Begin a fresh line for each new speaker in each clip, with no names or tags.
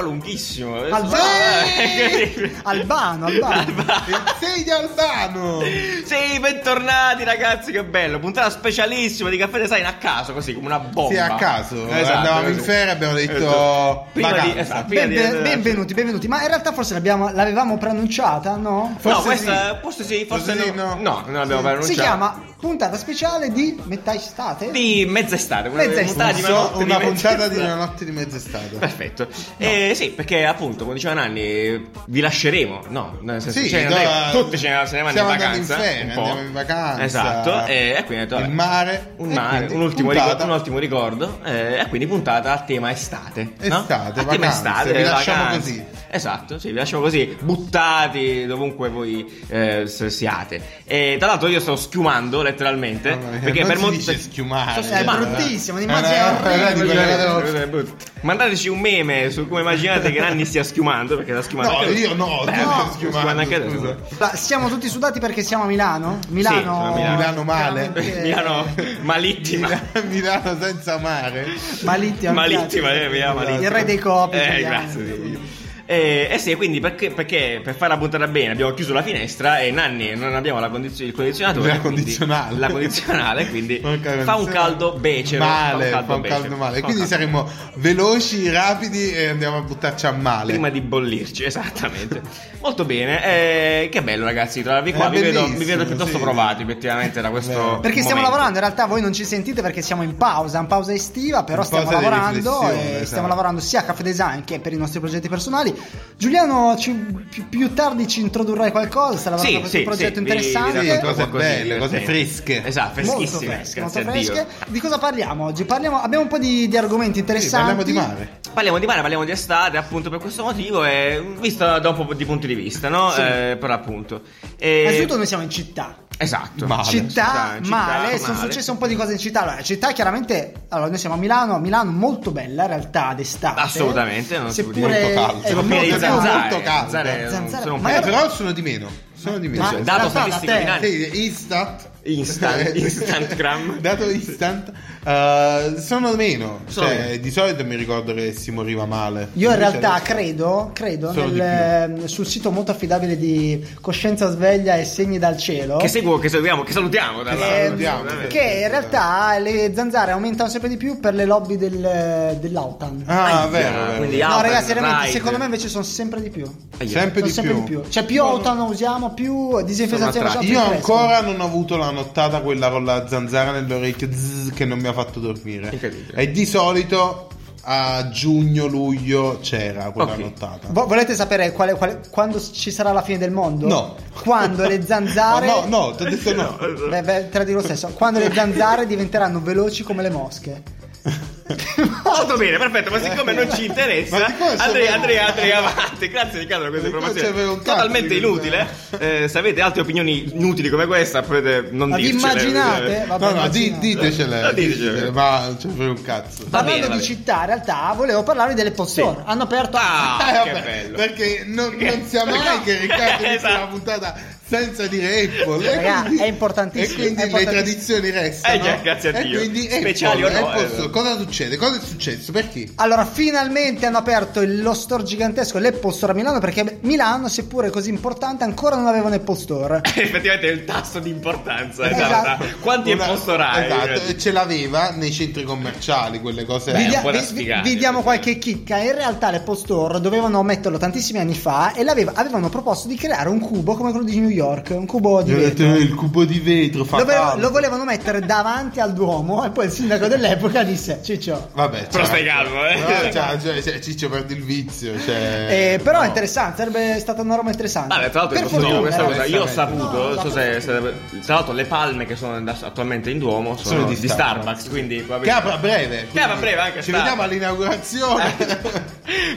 lunghissimo. eh, Adesso-
Albano! Albano, Albano.
Sei di Albano!
Sì, bentornati ragazzi, che bello. Puntata specialissima di Caffè Design a caso, così come una bomba.
Sì, a caso. eh,
Esatto,
Andavamo in
così.
ferie, abbiamo detto,
Prima di,
vacanza.
esatto, prima di-
Benve- benvenuti, benvenuti. Ma in realtà forse l'abbiamo- l'avevamo preannunciata, no?
No,
forse
questa
sì.
forse sì, forse
Forse sì,
no.
no.
non l'abbiamo
Sì.
pronunciato.
Si chiama puntata speciale di metà estate.
di mezza estate, una
Mezza
puntata
estate.
di
So-
notte di
una
mezza
puntata di
estate.
una notte di mezz'estate.
Perfetto. Eh, sì, perché appunto, come diceva Nanni, vi lasceremo. No, nel senso,
Sì,
cioè,
no,
andremo- tutti ce ne, se ne vanno in
siamo andati
vacanza.
in ferie,
un po'.
andiamo in vacanza.
Esatto. E, e quindi ho detto,
Il
vabbè,
mare,
Un,
e
mare,
quindi
un ultimo,
puntata.
ricordo, un ultimo ricordo. eh, e quindi puntata al tema estate. no?
Estate,
Al tema
vacanze,
estate.
vi lasciamo
vacanze.
così.
Esatto, sì, vi lasciamo così, buttati dovunque voi eh, s- siate. E, tra l'altro io sto schiumando letteralmente.
Mamma mia,
perché
non
per
si
molti...
dice schiumare.
Sto
Cioè, È
schiumando.
bruttissimo,
Eh,
un'immagine
no,
orribile.
guardate,
eh,
guardate,
Mandateci un meme su come immaginate che Nanni stia schiumando, perché sta schiumando.
No,
anche lui.
io no,
Beh,
tu stai
no,
schiumando,
schiumando anche adesso.
scusa.
Ma siamo tutti sudati perché siamo a Milano?
siamo a
Milano,
Milano.
Milano male.
veramente-
Milano malittima.
Milano, Milano senza mare.
Malittima, mi
Malittima,
piace.
eh, via, malittima.
Esatto. Il re dei copi.
Eh,
italiano.
grazie. sì. Eh, eh sì, quindi perché, perché per fare la puntata bene abbiamo chiuso la finestra e Nanni non abbiamo la condizio- il condizionatore.
La
quindi-
condizionale.
La condizionale, quindi
Porca
fa un
miseria.
caldo becero.
Male,
fa un caldo, becero.
male.
Fa un caldo.
Quindi saremo veloci, rapidi e andiamo a buttarci a male.
Prima di bollirci, esattamente. Molto bene, eh, che bello ragazzi, trovarvi qua,
Era
mi vedo, mi
bellissimo,
vedo piuttosto
sì.
provato effettivamente da questo...
Vero.
Perché stiamo
momento.
lavorando, in realtà voi non ci sentite perché siamo in pausa, in pausa estiva, però
In
stiamo
pausa di
lavorando e
riflessione, esatto.
stiamo lavorando sia a Caffè Design che per i nostri progetti personali. Giuliano ci- più, più tardi ci introdurrai qualcosa, sta lavorando
Sì,
a questo
sì,
progetto
sì, vi-
interessante.
vi racconto
Sì, cose
qualcosina,
belle, cose
sì.
fresche.
Esatto,
Molto
freschissime,
fresche, molto
grazie a Dio.
fresche. Di cosa parliamo oggi? Parliamo- abbiamo un po' di, di argomenti
Sì,
interessanti.
parliamo di mare.
Parliamo di mare, parliamo di estate, appunto per questo motivo e visto da un po' di punti di vista, no?
Sì.
Eh, però appunto. E-
Innanzitutto noi siamo in città.
Esatto.
Ma- Male.
città,
Città, città,
male,
male.
sono successe un po' di cose in città. Allora, città chiaramente, allora noi siamo a Milano, Milano molto bella in realtà d'estate.
Assolutamente, non si può dire.
seppure
Molto caldo.
è
Sono
molto
pieni di
caldo,
zanzare.
molto caldo.
Zanzare,
Zanzare.
sono un
Ma
Eh,
po'
era-
però sono di meno. Sono di meno.
Ma-
Cioè,
Sì.
da-
dato
da- da-
statistico
da-
di Nani.
Sì, Instant.
Instant, Instantgram.
Dato instant, eh, sono meno.
Sono
Cioè,
meno.
di solito mi ricordo che si moriva male.
Io in
Invece
realtà
adesso-
credo, credo
Solo di
nel- sul sito molto affidabile di Coscienza Sveglia e Segni dal Cielo
Che Ah, seguo, che salutiamo,
Eh,
che salutiamo. tra
Che
l'altro.
ehm,
salutiamo,
che in
eh.
realtà le zanzare aumentano sempre di più per le lobby del, dell'Autan.
Ah,
Ahia,
vero. vero.
quindi-
no,
Autan,
ragazzi, veramente,
Ride.
secondo me invece sono sempre di più.
Ahia.
Sempre
Sono
di
sempre
più.
di più. Cioè, più Autan usiamo, più disinfestazione
Sono
facciamo.
Io
più fresco.
ancora non ho avuto la nottata quella con la zanzara nell'orecchio zzz, che non mi ha fatto dormire.
Incredibile.
E di solito a giugno-luglio c'era quella
Ok.
nottata.
Vo- volete sapere quale- quale- quando ci sarà la fine del mondo?
No.
Quando le zanzare.
Oh, no, no, ti ho detto no.
Beh, beh, te la dico lo stesso. Quando le zanzare diventeranno veloci come le mosche.
Molto bene, perfetto, ma siccome non ci
Ma
interessa,
siccome c'è-
andrei, andrei, andrei avanti. Grazie Riccardo per questa
Ma siccome c'è
informazione.
un cazzo
Totalmente
di-
inutile. Eh, se avete altre opinioni inutili come questa, potete non
Ma vi
dircele.
immaginate? Vabbè,
no, no, di,
immaginate.
No,
ditecele.
ditecele.
ditecele, Ma c'è un cazzo.
Va
Parlando
bene, va
di
bene.
città, in realtà volevo parlarvi delle pozzone.
Sì.
Hanno aperto.
Ah,
Eh,
che
vabbè,
bello.
Perché non, non sia mai che Riccardo inizia
Esatto.
una puntata senza dire Apple. E
Raga,
quindi-
è importantissimo,
E quindi
è importantissimo.
le tradizioni restano.
Eh già, grazie a
e
Dio.
quindi Apple,
Speciali o no,
Apple
eh.
Store. cosa succede? Cosa è successo? Perché?
Allora, finalmente hanno aperto il- lo store gigantesco, l'Apple Store a Milano, perché Milano, seppure così importante, ancora non aveva un Apple Store.
Effettivamente è il tasso di importanza.
Esatto.
Esatto. Quanti è
Una-
posto Rai?
Esatto, e ce l'aveva nei centri commerciali, quelle cose.
Beh,
vi, dia-
un po' da
vi-
sfigare,
vi diamo
eh,
sì.
qualche chicca. In realtà l'Apple Store dovevano metterlo tantissimi anni fa e l'aveva- avevano proposto di creare un cubo come quello di New York, un cubo di
Gli ho detto,
vetro.
"Eh, il cubo di vetro fa
Lo, vole-
caldo."
lo volevano mettere davanti al Duomo e poi il sindaco dell'epoca disse Ciccio.
Vabbè,
Però
cioè,
stai calmo, eh.
però, cioè, cioè, cioè, Ciccio perdi il vizio. Cioè,
Eh, però è
no.
interessante, sarebbe stata una roba interessante.
Vabbè, tra l'altro,
per
posso dire
fortuna,
questa
eh.
cosa, io ho
esattamente.
saputo,
No,
so se- se- tra l'altro le palme che sono adesso- attualmente in Duomo sono,
Sono
di,
di
Starbucks,
Starbucks,
quindi va
Che
bene.
apre a breve. quindi
apre a breve anche
Ci
sta.
vediamo all'inaugurazione.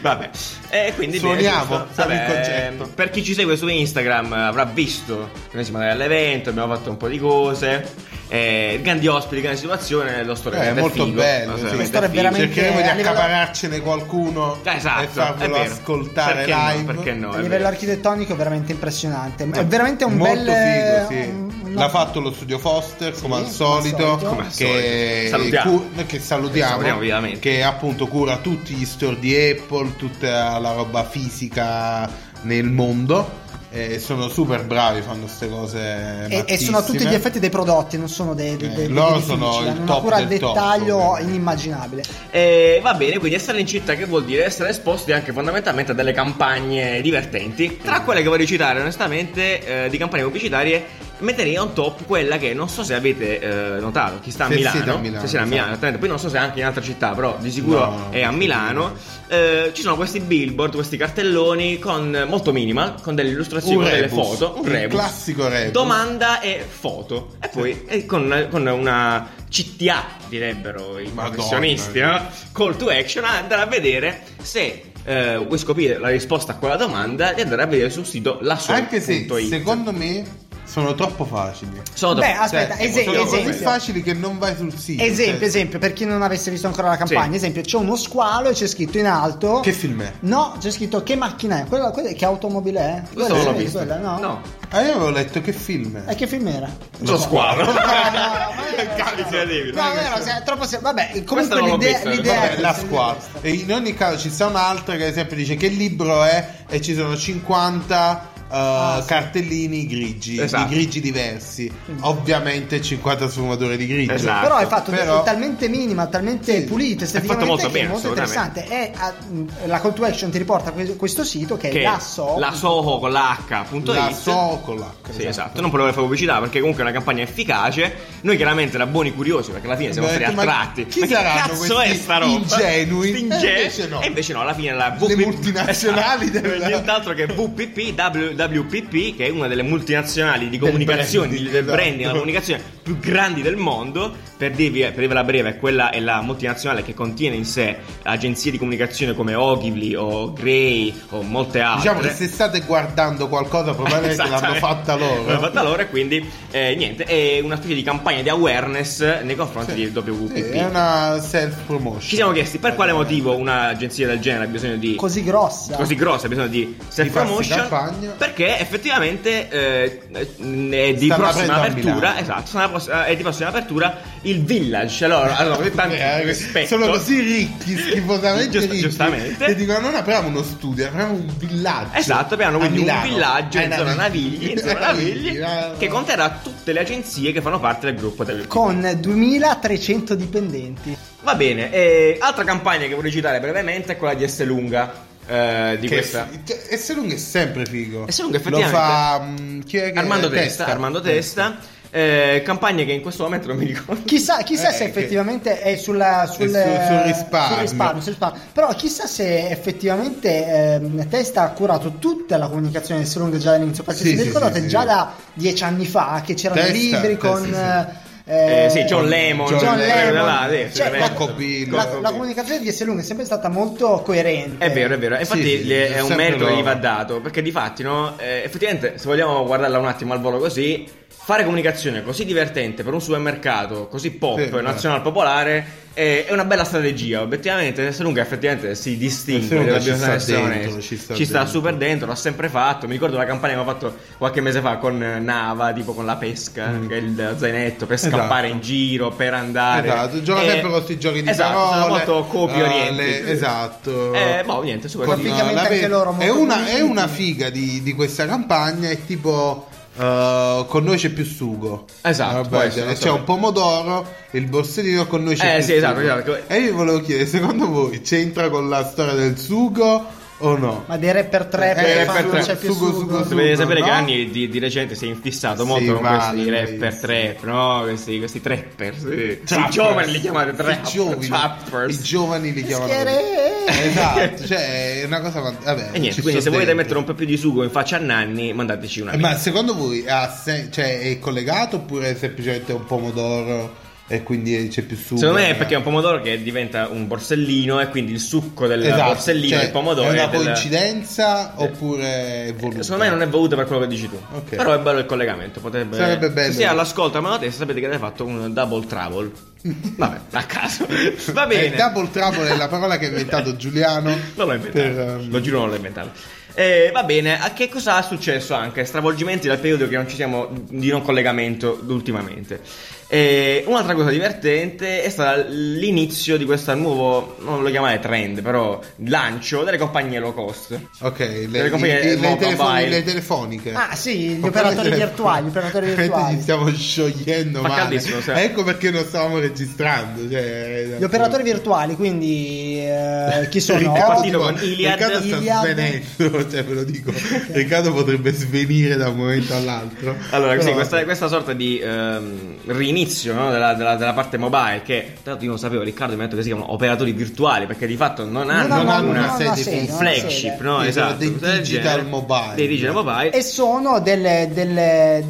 Vabbè, e quindi bene,
Suoniamo,
giusto.
siamo in
Vabbè,
concerto.
ehm, Per chi ci segue su Instagram eh, avrà visto che noi siamo andati all'evento, abbiamo fatto un po' di cose. eh, grandi ospiti, grande situazione. Lo storia
Eh, è molto bello, sì.
Lo
Lo
store è veramente-
Cercheremo di
a livello-
accapararcene qualcuno
Esatto,
e farvelo
è vero.
ascoltare
Perché no,
live.
perché no?
A
è
livello
vero.
architettonico è veramente impressionante. È veramente un
eh. Molto
bel eh,
figo, sì.
un- no.
L'ha fatto lo studio Foster
Sì,
come al
come al
solito,
solito. Come
al
che,
solito. Salutiamo.
che salutiamo,
Salutiamo vivamente.
che appunto cura tutti gli store di Apple, tutta la roba fisica nel mondo. E sono super bravi, fanno queste cose.
E, e sono a tutti gli
mattissime.
effetti dei prodotti, non sono dei, dei,
Eh,
dei-
loro
degli
sono
edifici,
il
hanno
top
una cura al
del top,
dettaglio
ovviamente.
inimmaginabile.
Eh, va bene, quindi essere in città che vuol dire essere esposti anche fondamentalmente a delle campagne divertenti. Tra quelle che voglio citare, onestamente, eh, di campagne pubblicitarie, metterei on top quella che non so se avete eh, notato, chi sta a
Se
Milano,
siete a Milano,
se siete a
esatto.
Milano, esattamente, poi non so se anche in altre città, però di sicuro
No,
è a Milano. eh, ci sono questi billboard, questi cartelloni con molto minima, con delle illustrazioni,
Un
con delle
rebus,
foto, un
il
rebus.
classico rebus.
Domanda e foto. E poi eh, con, con una CTA, direbbero i
Madonna.
professionisti, no? call to action a andare a vedere se eh, vuoi scoprire la risposta a quella domanda e andare a vedere sul sito lasso.it
Anche se secondo me sono troppo facili.
sono
Beh, aspetta,
Cioè,
ese-
sono così
esempio.
facili che non vai sul sito.
Esempio,
cioè-
esempio, per chi non avesse visto ancora la campagna,
certo. Sì.
esempio, c'è uno squalo e c'è scritto in alto
Che film è?
No, c'è scritto che macchina è? Quella, quella- che automobile è?
questo
Quella-
non l'ho
sì,
visto.
quella, no?
Ah, io avevo letto che film
E
è.
Eh, che film era?
Lo squalo.
No, no, ma era-
Calice di David.
No, era se- troppo se- vabbè,
Questa
comunque
non l'ho
l'idea,
vista,
l'idea
Vabbè,
è
la
questa,
squadra.
l'idea è
E in ogni caso ci sta un'altra che ad esempio dice che libro è e ci sono 50 eh,
Ah,
cartellini grigi,
Esatto.
di grigi diversi. Ovviamente 50 sfumature di grigio.
Esatto.
Però è fatto
Però-
talmente minima, talmente pulito, esteticamente
fatto molto
che
bene,
è molto
assolutamente.
interessante. E ah, mh, la call to action ti riporta a que- questo sito che,
Che
è la so.
la Soho con la H.it.
La Socola.
Sì, esatto, non volevo fare pubblicità perché comunque è una campagna efficace. Noi chiaramente da buoni curiosi, perché alla fine siamo
Abbiamo
stati
detto, ma
attratti.
chi
Ma che
saranno
cazzo
questi
è sta roba?
ingenui?
Sti ingenui.
E invece no.
E invece no, alla fine la
Le multinazionali
Esatto.
della-
nient'altro che VPP, W- WPP, che è una delle multinazionali di comunicazione, del,
branding,
del branding,
esatto.
della comunicazione più grandi del mondo. Per dirvi, per dirvela breve, quella è la multinazionale che contiene in sé agenzie di comunicazione come Ogilvy o Grey o molte altre.
Diciamo che se state guardando qualcosa probabilmente l'hanno
Esattamente.
fatta
Esatto. L'hanno
loro.
fatta loro e quindi eh, niente, è una specie di campagna di awareness nei confronti
Sì,
di WPP.
sì, è una self promotion.
Ci siamo chiesti per quale motivo un'agenzia del genere ha bisogno di
così grossa.
così grossa, ha bisogno di self
farsi
promotion
campagna.
perché effettivamente eh, eh, è di
Stanno
prossima
aprendo a
apertura,
Milano.
esatto, stanno pos- è di prossima apertura il Village. Allora, allora con tanto
Eh,
rispetto.
sono così ricchi, schifosamente
Giust-
ricchi.
giustamente.
Che dicono: non apriamo uno studio, apriamo un villaggio.
Esatto, abbiamo
a
quindi un
Milano,
villaggio in
ai
zona Navigli, in zona Navigli,
Navigli,
che
eh,
conterrà tutte le agenzie che fanno parte del gruppo del
Con 2300 dipendenti.
Va bene, e altra campagna che vorrei citare brevemente è quella di Esselunga. eh, di
che-
questa.
che- Esselung è sempre figo.
Esselung
Lo
effettivamente-
fa mm, chi è che-
Armando Testa, Armando Testa. eh, campagne che in questo momento non mi ricordo.
Chissà, chissà
Eh,
se
che-
effettivamente è sulla- sul,
sul- sul risparmio.
sul risparmio, sul risparmio. Però chissà se effettivamente ehm, Testa ha curato tutta la comunicazione del Salung già dall'inizio. Perché
Sì,
se vi
sì,
ricordate
sì,
già
sì.
da dieci anni fa che c'erano
Testa,
libri
Testa,
con...
sì,
eh,
Eh, sì, John Lemon,
John
John
Lemon,
Lemon, là, sì,
cioè,
veramente.
Coco Billo.
La, la comunicazione di Esselung è sempre stata molto coerente.
È vero, è vero. Infatti
Sì, sì,
le- è un
sempre
merito che
loro.
gli va dato. Perché di fatti, no? eh, effettivamente, se vogliamo guardarla un attimo al volo così, fare comunicazione così divertente per un supermercato così pop,
Sì,
nazional popolare. eh, È una bella strategia, obiettivamente. Esselunga effettivamente si distingue.
Esselunga
dobbiamo
ci sta
essere
dentro,
onesti.
ci sta
ci sta
dentro.
super dentro, l'ha sempre fatto. Mi ricordo la campagna che avevamo fatto qualche mese fa con eh, Nava, tipo con la pesca, che è il zainetto per
Mm. Esatto.
scappare in giro, per andare.
Esatto, gioca
Eh,
sempre con questi giochi di
esatto, sono
parole.
molto copio
ah, le- Esatto.
Eh, boh, niente, super.
Con,
Praticamente
eh, la
anche
pe-
loro
è,
molto
una, è
puliti.
una figa di, di questa campagna, è tipo... eh, con noi c'è più sugo Eh,
Esatto,
Vabbè,
può essere,
c'è
non so.
un pomodoro il borsellino con noi c'è
Eh,
più
sì, esatto,
sugo.
esatto.
e io vi volevo chiedere secondo voi c'entra con la storia del sugo o no
Ma dei re per tre,
Eh,
per
re
far
per
non
tre.
c'è più
Sugo,
sugo.
sugo, sugo.
Dovete sapere
no?
che anni di, di recente si è infissato
Sì,
molto con
vale,
questi rapper
sì.
trap, no? Questi, questi trapper. Sì. I
Trappers.
giovani li chiamate
I
trap,
giovani,
trappers.
i giovani li chiamano così.
Schiere- eh,
esatto cioè è una cosa fant- vabbè
e niente,
ci
quindi
sto
se volete
dentro.
mettere un po' più di sugo in faccia a Nanni, mandateci una.
Eh, ma secondo voi ha sen- cioè, è collegato oppure è semplicemente un pomodoro e quindi c'è più sugo. eh.
Secondo me è perché è un pomodoro che diventa un borsellino e quindi il succo del
Esatto,
borsellino
cioè,
del pomodoro
È una
del-
coincidenza
Eh.
oppure è voluta?
Secondo me non è voluto per quello che dici tu.
Ok.
Però è bello il collegamento. Potrebbe...
Sarebbe bello.
Se all'ascolto a mano testa sapete che avete fatto un double travel. Vabbè, a caso. Va bene.
Eh, double trouble è la parola che ha inventato Giuliano.
Non l'ho inventato.
per, ehm,
Lo giuro, non l'ho inventato. Eh, va bene, a che cosa è successo anche? Stravolgimenti dal periodo che non ci siamo di non collegamento ultimamente. Eh, un'altra cosa divertente è stato l'inizio di questo nuovo, non lo chiamare trend, però lancio delle compagnie low cost.
Ok, le,
Delle compagnie
i- i- le
mobile.
telefoni- le telefoniche.
Ah, sì, gli
Compagnie
operatori
telefoniche.
virtuali, gli operatori
Veramente
virtuali.
Ci stiamo sciogliendo
Fa
male.
caldissimo, sì.
Ecco perché non stavamo registrando. Cioè,
Gli operatori virtuali, quindi eh, chi sono?
È
Riccardo,
partito con Iliad.
Riccardo sta
Iliad.
svenendo, cioè ve lo dico. Riccardo potrebbe svenire da un momento all'altro.
Allora, sì,
Però-
questa, questa sorta di ehm, rinizio no, della, della- della parte mobile, che tra l'altro io non sapevo, Riccardo mi ha detto che si chiamano operatori virtuali, perché di fatto non hanno,
non hanno
una,
una sede
un
fisica.
una
flagship,
sede.
no?
Sì,
esatto.
dei
una cosa del
digital
genere.
mobile.
Dei digital mobile.
E sono delle, delle,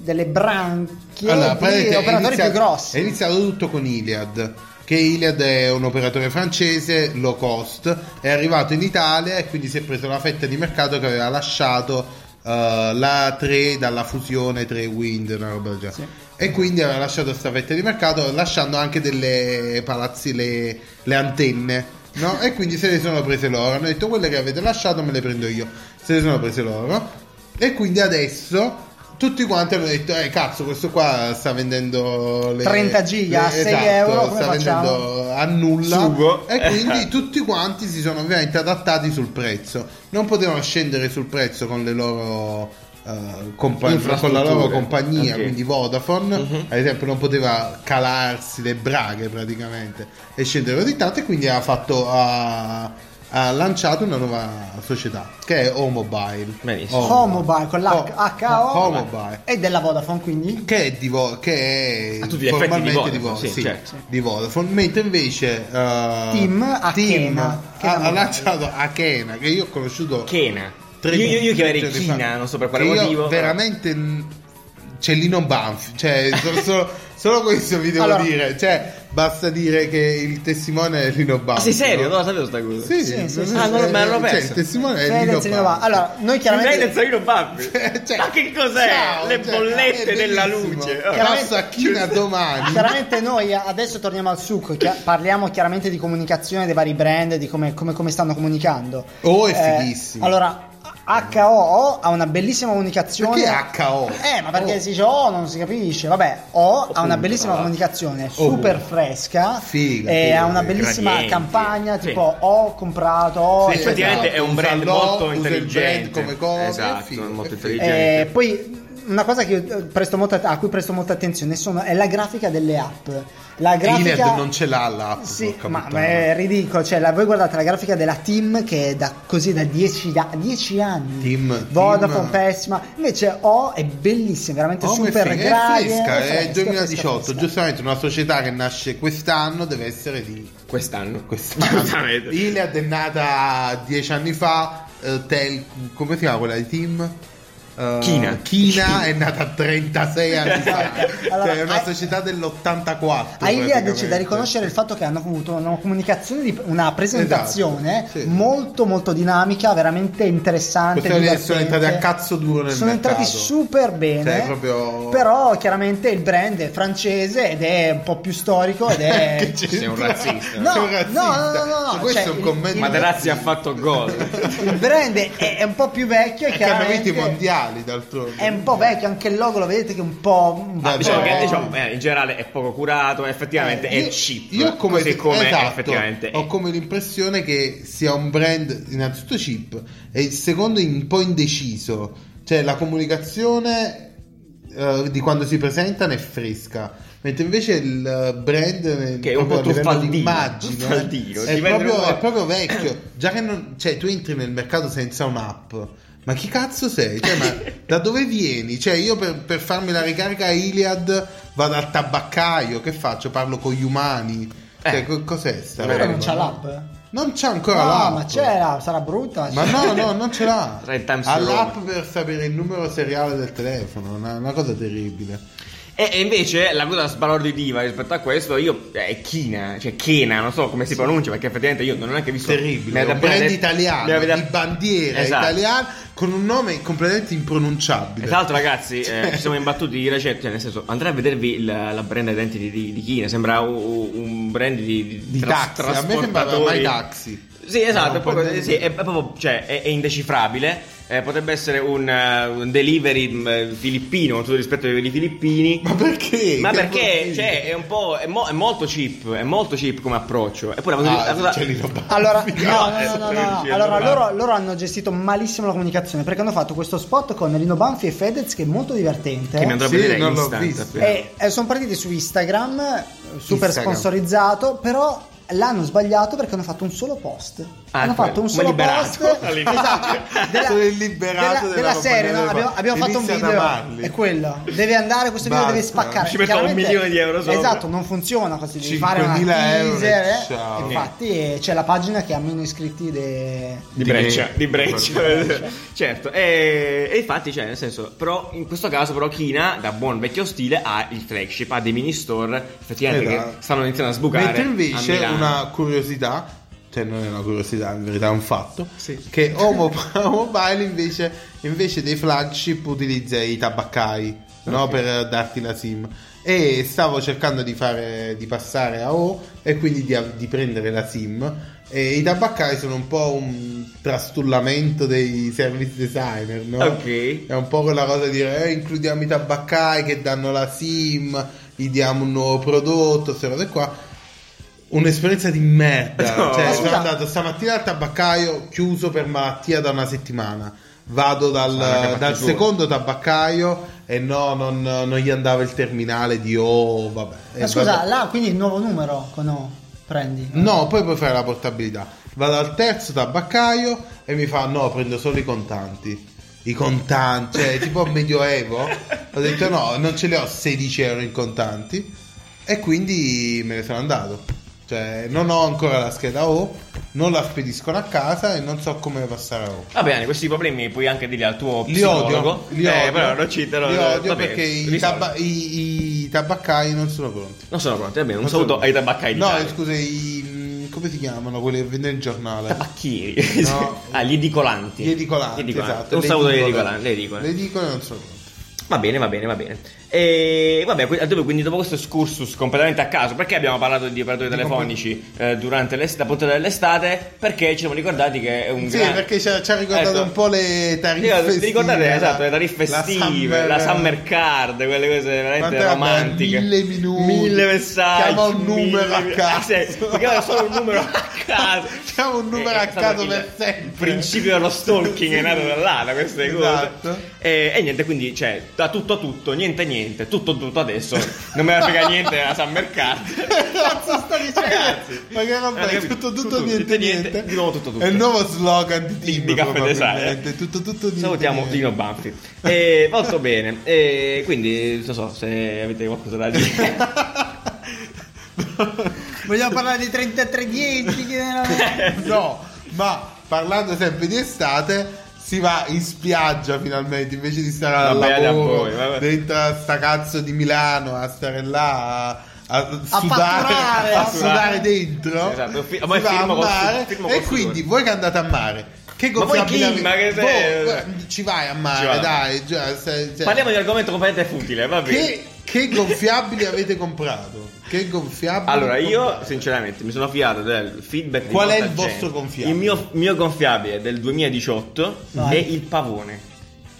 delle branchie
Allora,
di
praticamente è
operatori
iniziato-
più grossi.
È iniziato tutto con Iliad. Che Iliad è un operatore francese low cost, è arrivato in Italia e quindi si è preso la fetta di mercato che aveva lasciato eh, la 3 dalla fusione 3 Wind, una roba del genere.
Sì.
E quindi aveva lasciato questa fetta di mercato, lasciando anche delle palazzi, le, le antenne. No? E quindi se le sono prese loro. Hanno detto quelle che avete lasciato me le prendo io. Se le sono prese loro. E quindi adesso tutti quanti hanno detto: Eh, cazzo, questo qua sta vendendo le esatto,
30 giga a 6 euro, come
Sta
facciamo?"
vendendo a nulla.
Sugo.
E quindi tutti quanti si sono ovviamente adattati sul prezzo. Non potevano scendere sul prezzo con le loro. eh, compa- con la
Infrastrutture.
loro compagnia
Ok.
quindi Vodafone
Mhm.
ad esempio non poteva calarsi le braghe praticamente e scendere così tanto e quindi ha fatto ha, ha lanciato una nuova società che è Omobile
Benissimo.
Homobile con l'H-O.
Oh, Homobile
E della Vodafone, quindi?
che è, di Vo- che è
A tutti gli Ah, effetti di
formalmente
Vodafone, sì,
sì,
certo.
di Vodafone, mentre invece eh,
Team a
Team
Kena.
ha,
Kena
ha lanciato Akena che io ho conosciuto
Kena.
tre-
io, io, io chiamerei
tre giorni
Kina,
fa.
non so per quale
Che io
motivo.
veramente mh, Cellino Banfi cioè so- solo, solo questo vi devo
Allora-
dire cioè basta dire che il testimone è Lino Banfi
Ah, sei serio? Non
no?
lo sapevo sta cosa.
Sì,
sì, sì,
sì,
sì,
sì.
Ah, non- me l'ero
cioè,
perso.
il testimone è Lino
Fedez ne va.
Banfi
Allora,
Lei
noi
del
chiaramente...
Salino Bambi.
Cioè,
Ma che cos'è?
ciao,
Le
cioè,
bollette
è
della
bellissimo.
luce. Oh.
Chiaramente-
Passo a China domani.
Chiaramente noi adesso torniamo al succo, chia- parliamo chiaramente di comunicazione dei vari brand, di come, come- come stanno comunicando.
Oh, è
Eh,
fighissimo.
allora, HOO ha una bellissima comunicazione.
Perché HO?
Eh, ma perché
Oh.
si dice oh, non si capisce. Vabbè, O ha una
punto,
bellissima
tra l'altro.
comunicazione super fresca.
Oh. Figa,
e
figa,
ha una
figa.
bellissima
Gradienti.
campagna,
Sì.
tipo ho comprato, ho
Sì, effettivamente
esatto.
è un
Usa
brand
l'O,
molto
usa il brand
intelligente.
come cosa,
esatto,
è figo, è
molto
figo.
intelligente.
Eh, poi una cosa che io, eh, presto molta- a cui presto molta attenzione sono- è la grafica delle app. La grafica...
Iliad non ce l'ha l'app.
Sì,
porca
ma, ma
puttana.
è ridicolo. Cioè, la- voi guardate la grafica della team che è da così da 10 da- 10 anni.
Team-
Vodafone,
team-
pessima. Invece O è bellissima, veramente
Oh, ma
super
è fresca,
graie,
è fresca, è
fresca,
2018,
fresca, fresca.
giustamente una società che nasce quest'anno deve essere di
Quest'anno.
quest'anno.
Esattamente.
Iliad è nata dieci anni fa, eh, Tel- come si chiama quella di team? Eh,
China.
China è nata 36 anni fa,
Allora,
cioè è una
a-
società dell'84.
A Iliad c'è da riconoscere il fatto che hanno avuto una comunicazione, di- una presentazione
Esatto, sì.
molto molto dinamica, veramente interessante.
Questi sono
divertente.
entrati a cazzo duro nel
sono
mercato.
entrati super bene
Cioè, proprio-
però chiaramente il brand è francese ed è un po' più storico ed è
Che c'entra?
Sei un razzista.
No,
Sei un razzista.
no, no, no, no,
Cioè, questo
cioè,
è un
il-
commento.
Materazzi ha fatto gol.
il brand è, è un po' più vecchio e
Ai campionati
chiaramente
mondiali d'altronde.
è un po' vecchio anche il logo lo vedete che è un po', un
Ma
po'-
Diciamo che
Eh.
diciamo, eh, in generale è poco curato, effettivamente
Io-
è cheap.
Io ho come,
così come
esatto,
effettivamente è.
ho come l'impressione che sia un brand innanzitutto cheap e il secondo un po' indeciso. Cioè la comunicazione eh, di quando si presentano è fresca. Mentre invece il eh, brand eh,
Che è un
proprio
po'
a livello
truffaldino,
di immagine, eh,
truffaldino,
è,
ti vendono
proprio,
un
è
po'.
proprio vecchio. Già che non- cioè, tu entri nel mercato senza un'app. Ma chi cazzo sei? Cioè, ma da dove vieni? Cioè, io per, per farmi la ricarica a Iliad vado al tabaccaio. Che faccio? Parlo con gli umani. Cioè,
Eh.
co- cos'è sta
Però
però
roba?
non c'ha l'app eh?
Non c'ha ancora
no
l'app.
ma c'era sarà brutta
Ma no, no, non ce l'ha.
Red Times
Ha l'app
Row.
per sapere il numero seriale del telefono. Una, una cosa terribile.
E, e invece la cosa sbalorditiva rispetto a questo io è China, cioè Kena, non so come si pronuncia perché effettivamente io non ho neanche visto mi
Terribile,
avete
un
appena
brand
detto- mi
italiano,
avete-
di bandiera
Esatto.
italiana, con un nome completamente impronunciabile.
E tra l'altro, ragazzi, eh, ci siamo imbattuti di recente. Cioè, nel senso, andrei a vedervi il- la brand identity di, di China. Sembra u- u- un, brand di, di,
Di
tras-
taxi, a me sembrava
trasportatori.
mai taxi.
Sì, esatto,
Era
è,
un po'
proprio-
del-
sì, è proprio- cioè, è- è indecifrabile. Eh, potrebbe essere un, eh, un delivery mh, filippino, con tutto il rispetto ai veri filippini.
Ma perché?
Ma
Che
perché
porcheria.
cioè, è un po'. È, mo- è molto cheap. È molto cheap come approccio. Eppure la cosa-
Ah,
la cosa-
ce li ruba-
Allora,
No,
no, no, no, no, no,
eh,
no. Allora,
no.
loro, loro hanno gestito malissimo la comunicazione perché hanno fatto questo spot con Lino Banfi e Fedez che è molto divertente.
che mi andrò a
Sì,
vedere Eh, in
non l'ho
istante
visto. Eh,
appena.
E eh, sono partiti su Instagram, eh, super
Instagram.
sponsorizzato, però l'hanno sbagliato perché hanno fatto un solo post.
Ah,
hanno
quello.
fatto un
Ma
solo
liberato.
post. Esatto.
All'inizio.
Sono il liberato
della-
della
della serie,
compagnia
no?
del-
Abbiamo, abbiamo fatto un
Inizia ad
video.
amarli.
È quello. Deve andare, questo video
Basta.
deve spaccare.
Ci metto un
Chiaramente-
milione di euro sopra.
Esatto, non funziona così. Devi fare una
5.000 euro,
teaser. eh.
ciao. Eh,
Infatti, eh, c'è la pagina che ha meno iscritti de-
Di
Di
Breccia,
me.
di Breccia, certo. E, e infatti, cioè, nel senso, però in questo caso, però, Kina, da buon vecchio stile, ha il flagship, ha dei mini store effettivamente
Esatto.
che stanno iniziando a sbucare.
Mentre
a
invece
Milano.
una curiosità, cioè non è una curiosità, in verità è un fatto,
Sì.
che Homo, Mobile invece, invece dei flagship utilizza i tabaccai no, per darti la sim. E stavo cercando di, fare, di passare a O e quindi di, di prendere la sim. E i tabaccai sono un po' un trastullamento dei service designer, no?
Ok.
È un po' quella cosa di dire, eh, includiamo i tabaccai che danno la sim, gli diamo un nuovo prodotto, queste cose qua. Un'esperienza di merda.
No.
Cioè,
Ma
sono
scusa.
andato stamattina al tabaccaio chiuso per malattia da una settimana. Vado dal,
Ah, una
dal
capacitura.
secondo tabaccaio e no, non, non gli andava il terminale di oh, vabbè.
Ma
Eh,
scusa,
vabbè.
là quindi il nuovo numero con O prendi.
No, poi puoi fare la portabilità. Vado al terzo tabaccaio e mi fa: No, prendo solo i contanti. I contanti, cioè tipo medioevo. Ho detto: No, non ce li ho 16 euro in contanti. E quindi me ne sono andato. Cioè, non ho ancora la scheda O, non la spediscono a casa e non so come passare a O.
Va bene, questi problemi puoi anche dirli al tuo
Li odio,
psicologo.
li
Eh,
odio,
però non ci
li odio
va bene,
perché i,
risolvi.
taba- i- i tabaccai non sono pronti.
Non sono pronti, va bene, Eh, un
Non
saluto
sono-
ai tabaccai
No,
d'Italia.
scusa, i- come si chiamano quelli che vendono il giornale?
Tabacchieri.
No.
ah, gli edicolanti.
Gli edicolanti,
Gli edicolanti.
esatto.
Un
le
saluto agli
edicole.
edicolanti. le edicole.
Le edicole non sono pronte.
Va bene, va bene, va bene. E vabbè, que- dopo- quindi dopo questo excursus completamente a caso, perché abbiamo parlato di operatori
Di
telefonici eh, durante l'est- la puntata dell'estate? Perché ci siamo ricordati che è un
Sì,
gran-
perché ci ha, ci ha ricordato
Ecco.
un po' le tariffe
Io-
estive.
Ti ricordate
la-
esatto, le tariffe
la
estive, la summer, card, quelle cose veramente
Quante erano?
romantiche.
Mille minuti.
Mille messaggi.
Chiama un numero a
mille-
caso.
Ah, sì, puoi chiamare solo un numero a caso.
Chiama un numero a
stato
caso
il-
per sempre.
Il principio dello stalking è nato da là, da queste
Esatto.
cose. E, e niente, quindi, cioè, da tutto a tutto, niente a niente, tutto a tutto adesso. Non me la frega niente la summer card.
Cazzo sta
Ragazzi.
Ma che roba,
Ragazzi,
è tutto, tutto,
Ah, tutto,
niente,
tutto, niente,
niente.
di nuovo tutto, tutto.
È il nuovo slogan di
Di-
Team,
di Caffè
probabilmente.
Design.
Tutto, tutto, niente,
Salutiamo
niente.
Dino Banfi. E, molto bene. E, quindi, non so se avete qualcosa da dire.
Vogliamo parlare di 3310 che era-
No, ma parlando sempre di estate, si va in spiaggia finalmente invece di stare al
Vabbè, alla
lavoro
voi, vabbè.
dentro a sta cazzo di Milano a stare là a, a sudare,
fatturare,
a
a
fatturare.
sudare dentro.
Esatto, fi-
si
ormai
va
firmo
a
col-
mare
firmo col
e quindi
sudore.
voi che andate a mare che
Ma voi
gonfiabili
chi?
avete?
Ma che sei-
Voi, eh, ci vai a
Ci
mare,
vado.
dai, già, se- se-
Parliamo di un argomento completamente futile, va bene.
che, che gonfiabili avete comprato? Che gonfiabili?
Allora, io
comprate?
sinceramente mi sono fiato del feedback. di
Qual è
molta
il vostro
gente.
gonfiabile?
Il mio, mio gonfiabile del 2018
Vai.
è il pavone.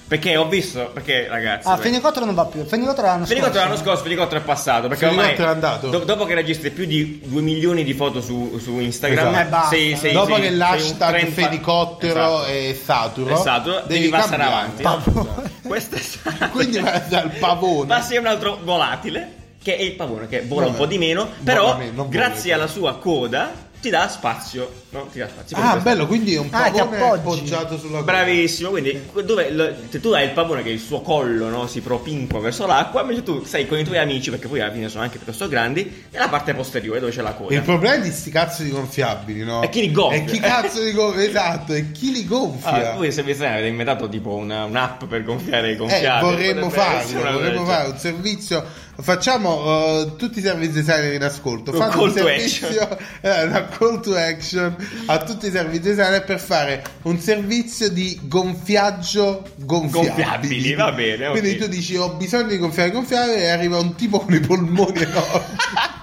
Perché ho visto. Perché, ragazzi.
Ah,
beh,
Fenicottero non va più. Fenicottero l'anno scorso.
Fenicottero l'anno scorso, Fenicottero è passato. Perché ormai
Fenicottero è andato.
do- dopo che registri più di 2 milioni di foto su, su Instagram,
Esatto.
Eh, basta.
sei-
Dopo che
sei un
l'hashtag
trend fa-
fenicottero
Esatto.
è saturo,
È saturo, Esatto, devi passare avanti. Esatto.
Pavone.
Questo è stato.
Quindi vai dal pavone.
Passi a un altro volatile che è il pavone che vola un
Vabbè.
po' di meno,
Vola
però
meno, non vola
grazie
meno.
alla sua coda ti dà spazio. No, ti dà spazio.
Ah,
Quindi questo-
bello, quindi è un
Ah, ti
pavone
appoggi.
appoggiato sulla
Bravissimo, quindi dove il- se tu hai il pavone che il suo collo no, si propinqua verso l'acqua, invece tu sei con i tuoi amici, perché poi alla fine sono anche piuttosto grandi, nella parte posteriore dove c'è la coda.
Il problema è di sti cazzo di gonfiabili, no?
E chi li gonfia.
E chi cazzo li gonfia? Esatto, e chi li gonfia?
Ah, voi se vi sai, avete inventato tipo una- un'app per gonfiare i
eh,
gonfiati.
vorremmo
Potrebbe essere
farlo,
una-
vorremmo
cioè-
fare un servizio. Facciamo eh, tutti i service designer in ascolto.
Un
Fate
call
un
to
servizio, eh, una call to action a tutti i service designer per fare un servizio di gonfiaggio gonfiabili.
Gonfiabili, va bene, ok.
Quindi tu dici ho bisogno di gonfiare, gonfiare e arriva un tipo con i polmoni enormi.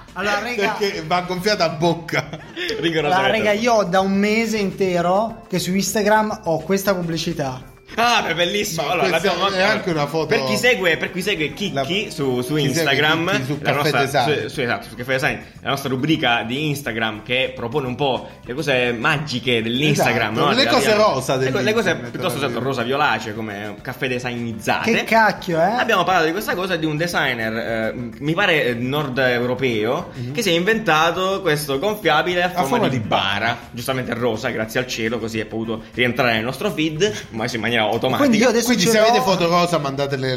Allora, raga,
perché va gonfiata a bocca.
allora,
Rigorosamente.
raga, io ho da un mese intero che su Instagram ho questa pubblicità.
Ah, è bellissimo.
Ma
Allora,
questa
l'abbiamo-
è anche una foto-
Per chi segue, per chi segue Kiki
La-
su, su
chi segue
Instagram,
Kiki su
la
Caffè
nostra,
Design.
su, su- esatto, su Caffè Design, la nostra rubrica di Instagram che propone un po' le cose magiche dell'Instagram,
Esatto,
no?
le
Della-
cose rosa
le, co- le cose
dell'internet,
piuttosto
voglio
esatto,
dire.
rosa violace come caffè designizzate.
Che cacchio, eh?
Ah, Abbiamo parlato di questa cosa di un designer, eh, mi pare eh, nord europeo,
Mhm.
che si è inventato questo gonfiabile a forma, di, bara, giustamente rosa, grazie al cielo, così è potuto rientrare nel nostro feed, ma in maniera automatica.
Quindi io adesso
Quindi
ce
se
l'ho-
avete foto rosa mandatele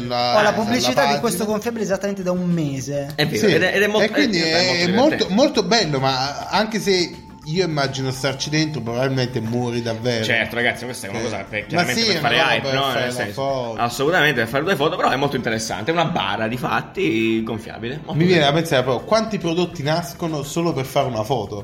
ho
la,
Eh,
la
alla
pubblicità di
pagina.
questo gonfiabile esattamente da un mese.
È vero,
Sì.
ed, è, ed è molto
e quindi
in realtà
è,
è
molto,
molto,
molto bello, ma anche se io immagino starci dentro, probabilmente muori davvero.
divertente. Certo, ragazzi, questa è una
Eh.
cosa per,
Ma
chiaramente
sì,
per
è
fare
una roba
hype,
per
no?
fare
Nel
la
senso,
foto.
assolutamente per fare due foto, però è molto interessante. È una bara di fatti gonfiabile. molto
Mi viene
bella.
da pensare proprio quanti prodotti nascono solo per fare una foto.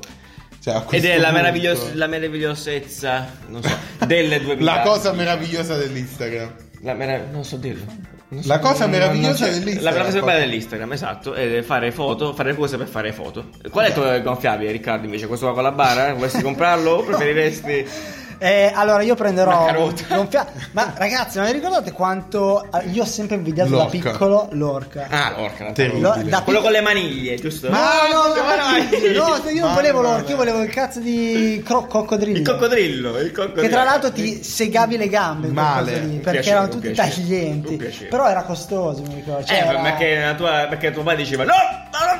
Cioè, a
Ed
questo
è la,
punto-
meraviglios- la meravigliosezza, non so, delle due
La cosa meravigliosa dell'Instagram.
La mera- non so dirlo. Non so-
La cosa
non-
Mm,
meravigliosa
non so-
dell'Instagram.
La cosa bella dell'Instagram, esatto. È fare foto, fare cose per fare foto. Qual è il tuo gonfiabile, Riccardo? Invece, questo qua con la bara? Vorresti comprarlo o preferiresti.
Eh, allora io prenderò
Una carota.
gonfia- Ma ragazzi, ma vi ricordate quanto eh, io ho sempre invidiato da
L'orca.
piccolo l'orca?
Ah, l'orca, la
Terribile.
parola.
da
Quello
pic-
con le maniglie, giusto? Ah,
No, no, no,
dai.
no, no, io non
Ma
volevo
no,
l'orca, io
no.
volevo il cazzo di cro- coccodrillo.
Il coccodrillo, il coccodrillo.
Che tra l'altro ti segavi le gambe quel
Male.
coccodrillo,
Un
perché
piacere,
erano
un
tutti
piacere,
taglienti.
un piacere.
Però era costoso, mi ricordo. Cioè
Eh,
era-
perché, la tua, perché tuo padre diceva No,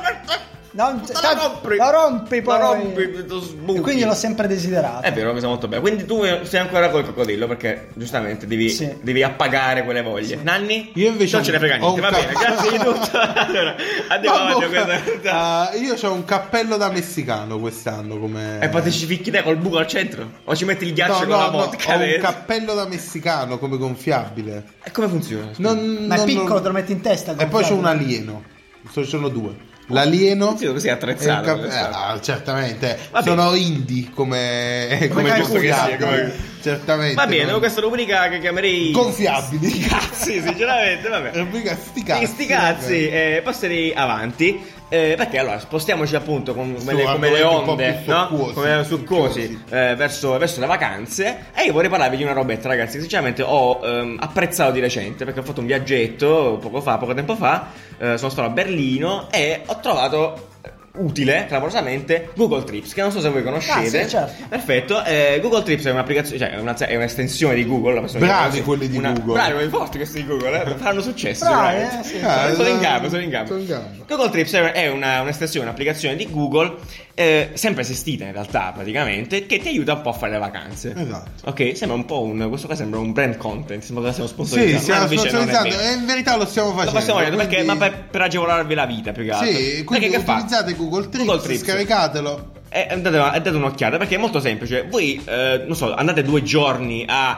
no, no, no,
Non-
no,
tanto-
la rompi
la rompi
La
poi.
rompi, lo sbuchi. Eh
E quindi l'ho sempre desiderato.
È vero, una cosa molto bella. Quindi tu sei ancora col coccodrillo perché giustamente devi,
Sì.
devi appagare quelle voglie. Nanni?
Io invece
non ce ne frega
ho un
niente. Va bene,
ca-
grazie di tutto. allora, andiamo
Mamma
avanti
mia.
con questa.
Ah, io ho un cappello da messicano quest'anno come...
E poi ti ci ficchi te col buco al centro? O ci metti il
Ah. No,
ghiaccio con
no,
la
no,
vodka?
ho un
dentro?
cappello da messicano come gonfiabile.
E come funziona?
Non-
Ma è
non-
piccolo,
non-
te lo metti in testa. il
E poi c'è
gonfiabile.
un alieno. So- Sono due. L'alieno.
Sì, così è attrezzato,
e il
questo.
ah, certamente.
Va bene.
Sono indie come.
Come
è giusto che
sia, come-
Certamente.
Va bene,
non-
questa rubrica che chiamerei...
Gonfiabili.
Cazzi, sinceramente, vabbè.
Rubrica sti
Sti-
cazzi.
Sti cazzi,
vabbè.
eh, passerei avanti. eh, perché allora spostiamoci appunto con- come, le, come le
argomenti un po'
onde,
più
no?
succosi,
come succosi
succosi.
eh, verso, verso le vacanze. E io vorrei parlarvi di una robetta, ragazzi. Che sinceramente ho ehm, apprezzato di recente perché ho fatto un viaggetto poco fa, poco tempo fa. eh, sono stato a Berlino e ho trovato eh, utile, clamorosamente, Google Trips, che non so se voi conoscete.
Ah, sì, certo.
Perfetto. eh, Google Trips è un'applicazione, cioè è, una- è un'estensione di Google. la persona che
Bravi
conosce-
quelli di Google.
Bravi, quelli forti questi di Google, eh, faranno successo.
Bravi,
sicuramente.
eh, sì.
Ah,
sono in
eh,
gamba, sono in gamba.
sono in gamba.
Google Trips è è una- un'estensione, un'applicazione di Google, eh, sempre esistita in realtà praticamente, che ti aiuta un po' a fare le vacanze.
Esatto.
Ok, sembra un po' un. Questo qua sembra un brand content, sembra che stiamo sponsorizzando.
Sì,
ma
stiamo
invece non è
sponsorizzando.
vero.
E in verità lo stiamo
Lo
facendo.
possiamo vedere perché, ma
quindi-
per, per agevolarvi la vita più che altro.
Sì, quindi
perché che fa?
utilizzate Google Trips,
Google Trips.
scaricatelo.
Eh, date, una- date un'occhiata perché è molto semplice. Voi, eh, non so, andate due giorni a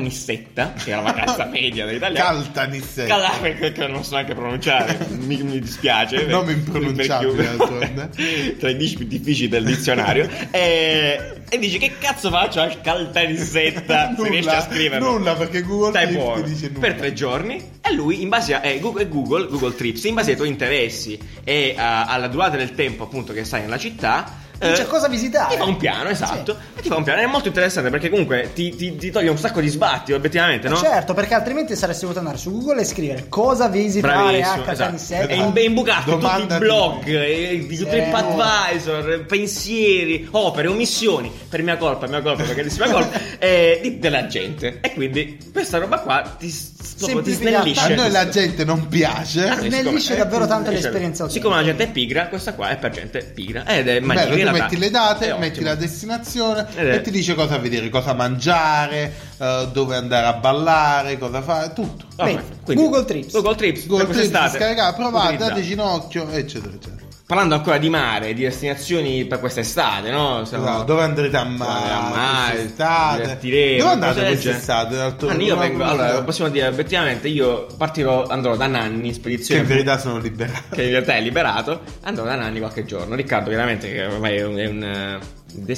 Catalnissetta, che è la vacanza media dell'Italia.
Caltanissetta.
Calare, che, che non so neanche pronunciare, mi, mi dispiace.
Nome
perché-
impronunciabile,
perché-
d'altronde.
Tra i dici più difficili del dizionario. e, e dici che cazzo faccio a Caltanissetta? se riesci a
Nulla,
scriverlo.
nulla perché Google
Stai
Trips
buono.
ti dice nulla.
per tre giorni e lui in base a eh, Google, Google, Google Trips in base ai tuoi interessi e a- alla durata del tempo appunto che stai nella città
Dice
eh,
cosa visitare.
ti fa un piano, esatto. E ti fa un piano. È molto interessante perché comunque ti, ti- ti toglie un sacco di sbatti, obiettivamente, no?
Certo, perché altrimenti saresti dovuto andare su Google e scrivere cosa visitare a
Bravissimo, esatto.
Caltanissetta.
E in- e imbucato tutti i
Domanda
blog,
di-
eh, di
Sì,
TripAdvisor, eh, pensieri, opere, omissioni, per mia colpa, mia colpa, perché dissi mia colpa, eh, di- della gente. E quindi questa roba qua ti, s- proprio ti
Semplifica
snellisce.
A noi la
Ti-
gente non piace.
Ah, sì,
Snellisce
siccome-
davvero
eh,
tanto
sì,
l'esperienza
Siccome la
utente.
gente è pigra, questa qua è per gente pigra ed è
Bello,
magnifica la
metti
data.
le date,
È
metti
ottimo. Eh,
la destinazione
Ed è-
e ti dice cosa vedere, cosa mangiare, eh, dove andare a ballare, cosa fare, tutto.
Ah,
Beh,
perfetto. Quindi-
Google Trips.
Google Trips.
Google
per
Trips,
quest'estate.
scaricate, provate,
Utilizzate.
date ginocchio, eccetera, eccetera.
Parlando ancora di mare, di destinazioni per quest'estate, no? Siamo-
No, dove andrete a mare?
Andare a mare,
quest'estate?
divertiremo,
Dove
cose
andate
del
quest'estate?
genere.
d'altronde?
Ah, io
Ma-
vengo,
ma-
allora, possiamo dire, effettivamente io partirò, andrò da Nanni in
che
spedizione.
in verità sono liberato.
che in realtà è liberato, andrò da Nanni qualche giorno. Riccardo, chiaramente, che ormai è un, è un eh,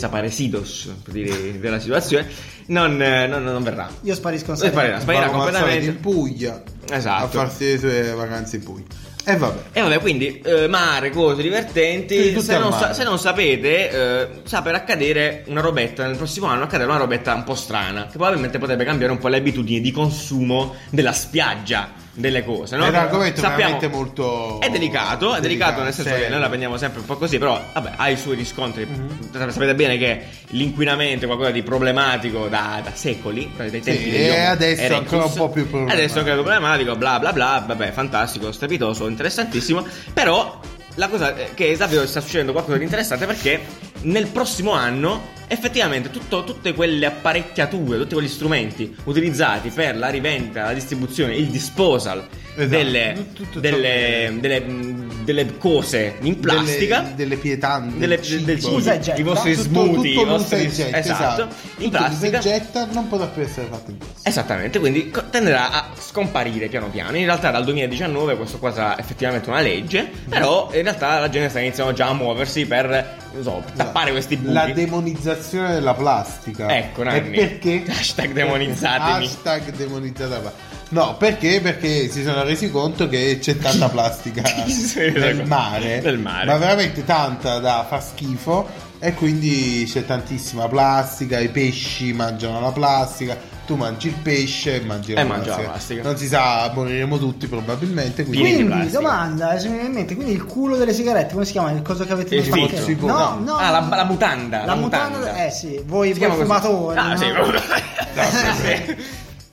desaparecidos per dire, della situazione, non, eh, non- non verrà.
Io sparisco un
Eh,
sacco.
fare- sbaglierà
Va come al solito
completamente.
in Puglia
Esatto.
a farsi le sue vacanze in Puglia. E vabbè.
E vabbè, quindi eh, mare, cose
Quindi
divertenti.
tutto
Se
al
non,
mare.
sa- se non sapete, eh, sta per accadere una robetta. Nel prossimo anno accadrà una robetta un po' strana. Che probabilmente potrebbe cambiare un po' le abitudini di consumo della spiaggia, delle cose. No?
È un argomento
Sappiamo-
veramente molto
È delicato, è delicato nel senso
serio.
che noi la prendiamo sempre un po' così, però vabbè, ha i suoi riscontri.
Mhm.
Sapete bene che l'inquinamento è qualcosa di problematico da, da secoli, dai tempi
Sì,
degli Homo
e adesso è
erectus.
ancora un po' più problematico.
Adesso è ancora più problematico, bla bla bla, vabbè, fantastico, strepitoso, interessantissimo, però la cosa è che davvero sta succedendo qualcosa di interessante perché nel prossimo anno effettivamente tutto- tutte quelle apparecchiature, tutti quegli strumenti utilizzati per la rivendita, la distribuzione, il disposal
Esatto.
delle,
Tutto ciò
delle-
che-
delle, delle cose in plastica.
Delle, delle pietanze.
delle-
del cibo.
del cibo,
Usa e getta.
i vostri
Tutto-
smoothie,
tutto
i vostri,
l'usa e getta,
esatto,
Tutto
in
l'usa
plastica,
e getta non potrà più essere fatto in plastica.
esattamente, quindi co- tenderà a scomparire piano piano. In realtà dal 2019 questo qua sarà effettivamente una legge, però in realtà la gente sta iniziando già a muoversi per non so,
Esatto.
tappare questi buchi.
La demonizzazione della plastica.
Ecco, Nanni.
E perché?
Hashtag demonizzatemi.
Hashtag demonizzata la- No, perché? Perché si sono resi conto che c'è tanta plastica
Sì,
nel,
ecco.
mare,
Nel mare.
Ma veramente tanta da far schifo. E quindi c'è tantissima plastica, i pesci mangiano la plastica, tu mangi il pesce e mangi la,
E mangia
plastica.
Eh, la plastica.
Non si sa, moriremo tutti probabilmente. Quindi
Pieni di
Quindi,
plastica.
domanda, eh, se mi viene in mente, quindi il culo delle sigarette, come si chiama? Il coso che avete
Il
nel pacchetto?
filtro.
Si può,
No,
no.
no.
Ah, la, la mutanda.
La mutanda, eh sì,
Si
voi, voi
chiama così.
fumatori.
Ah,
no?
sì.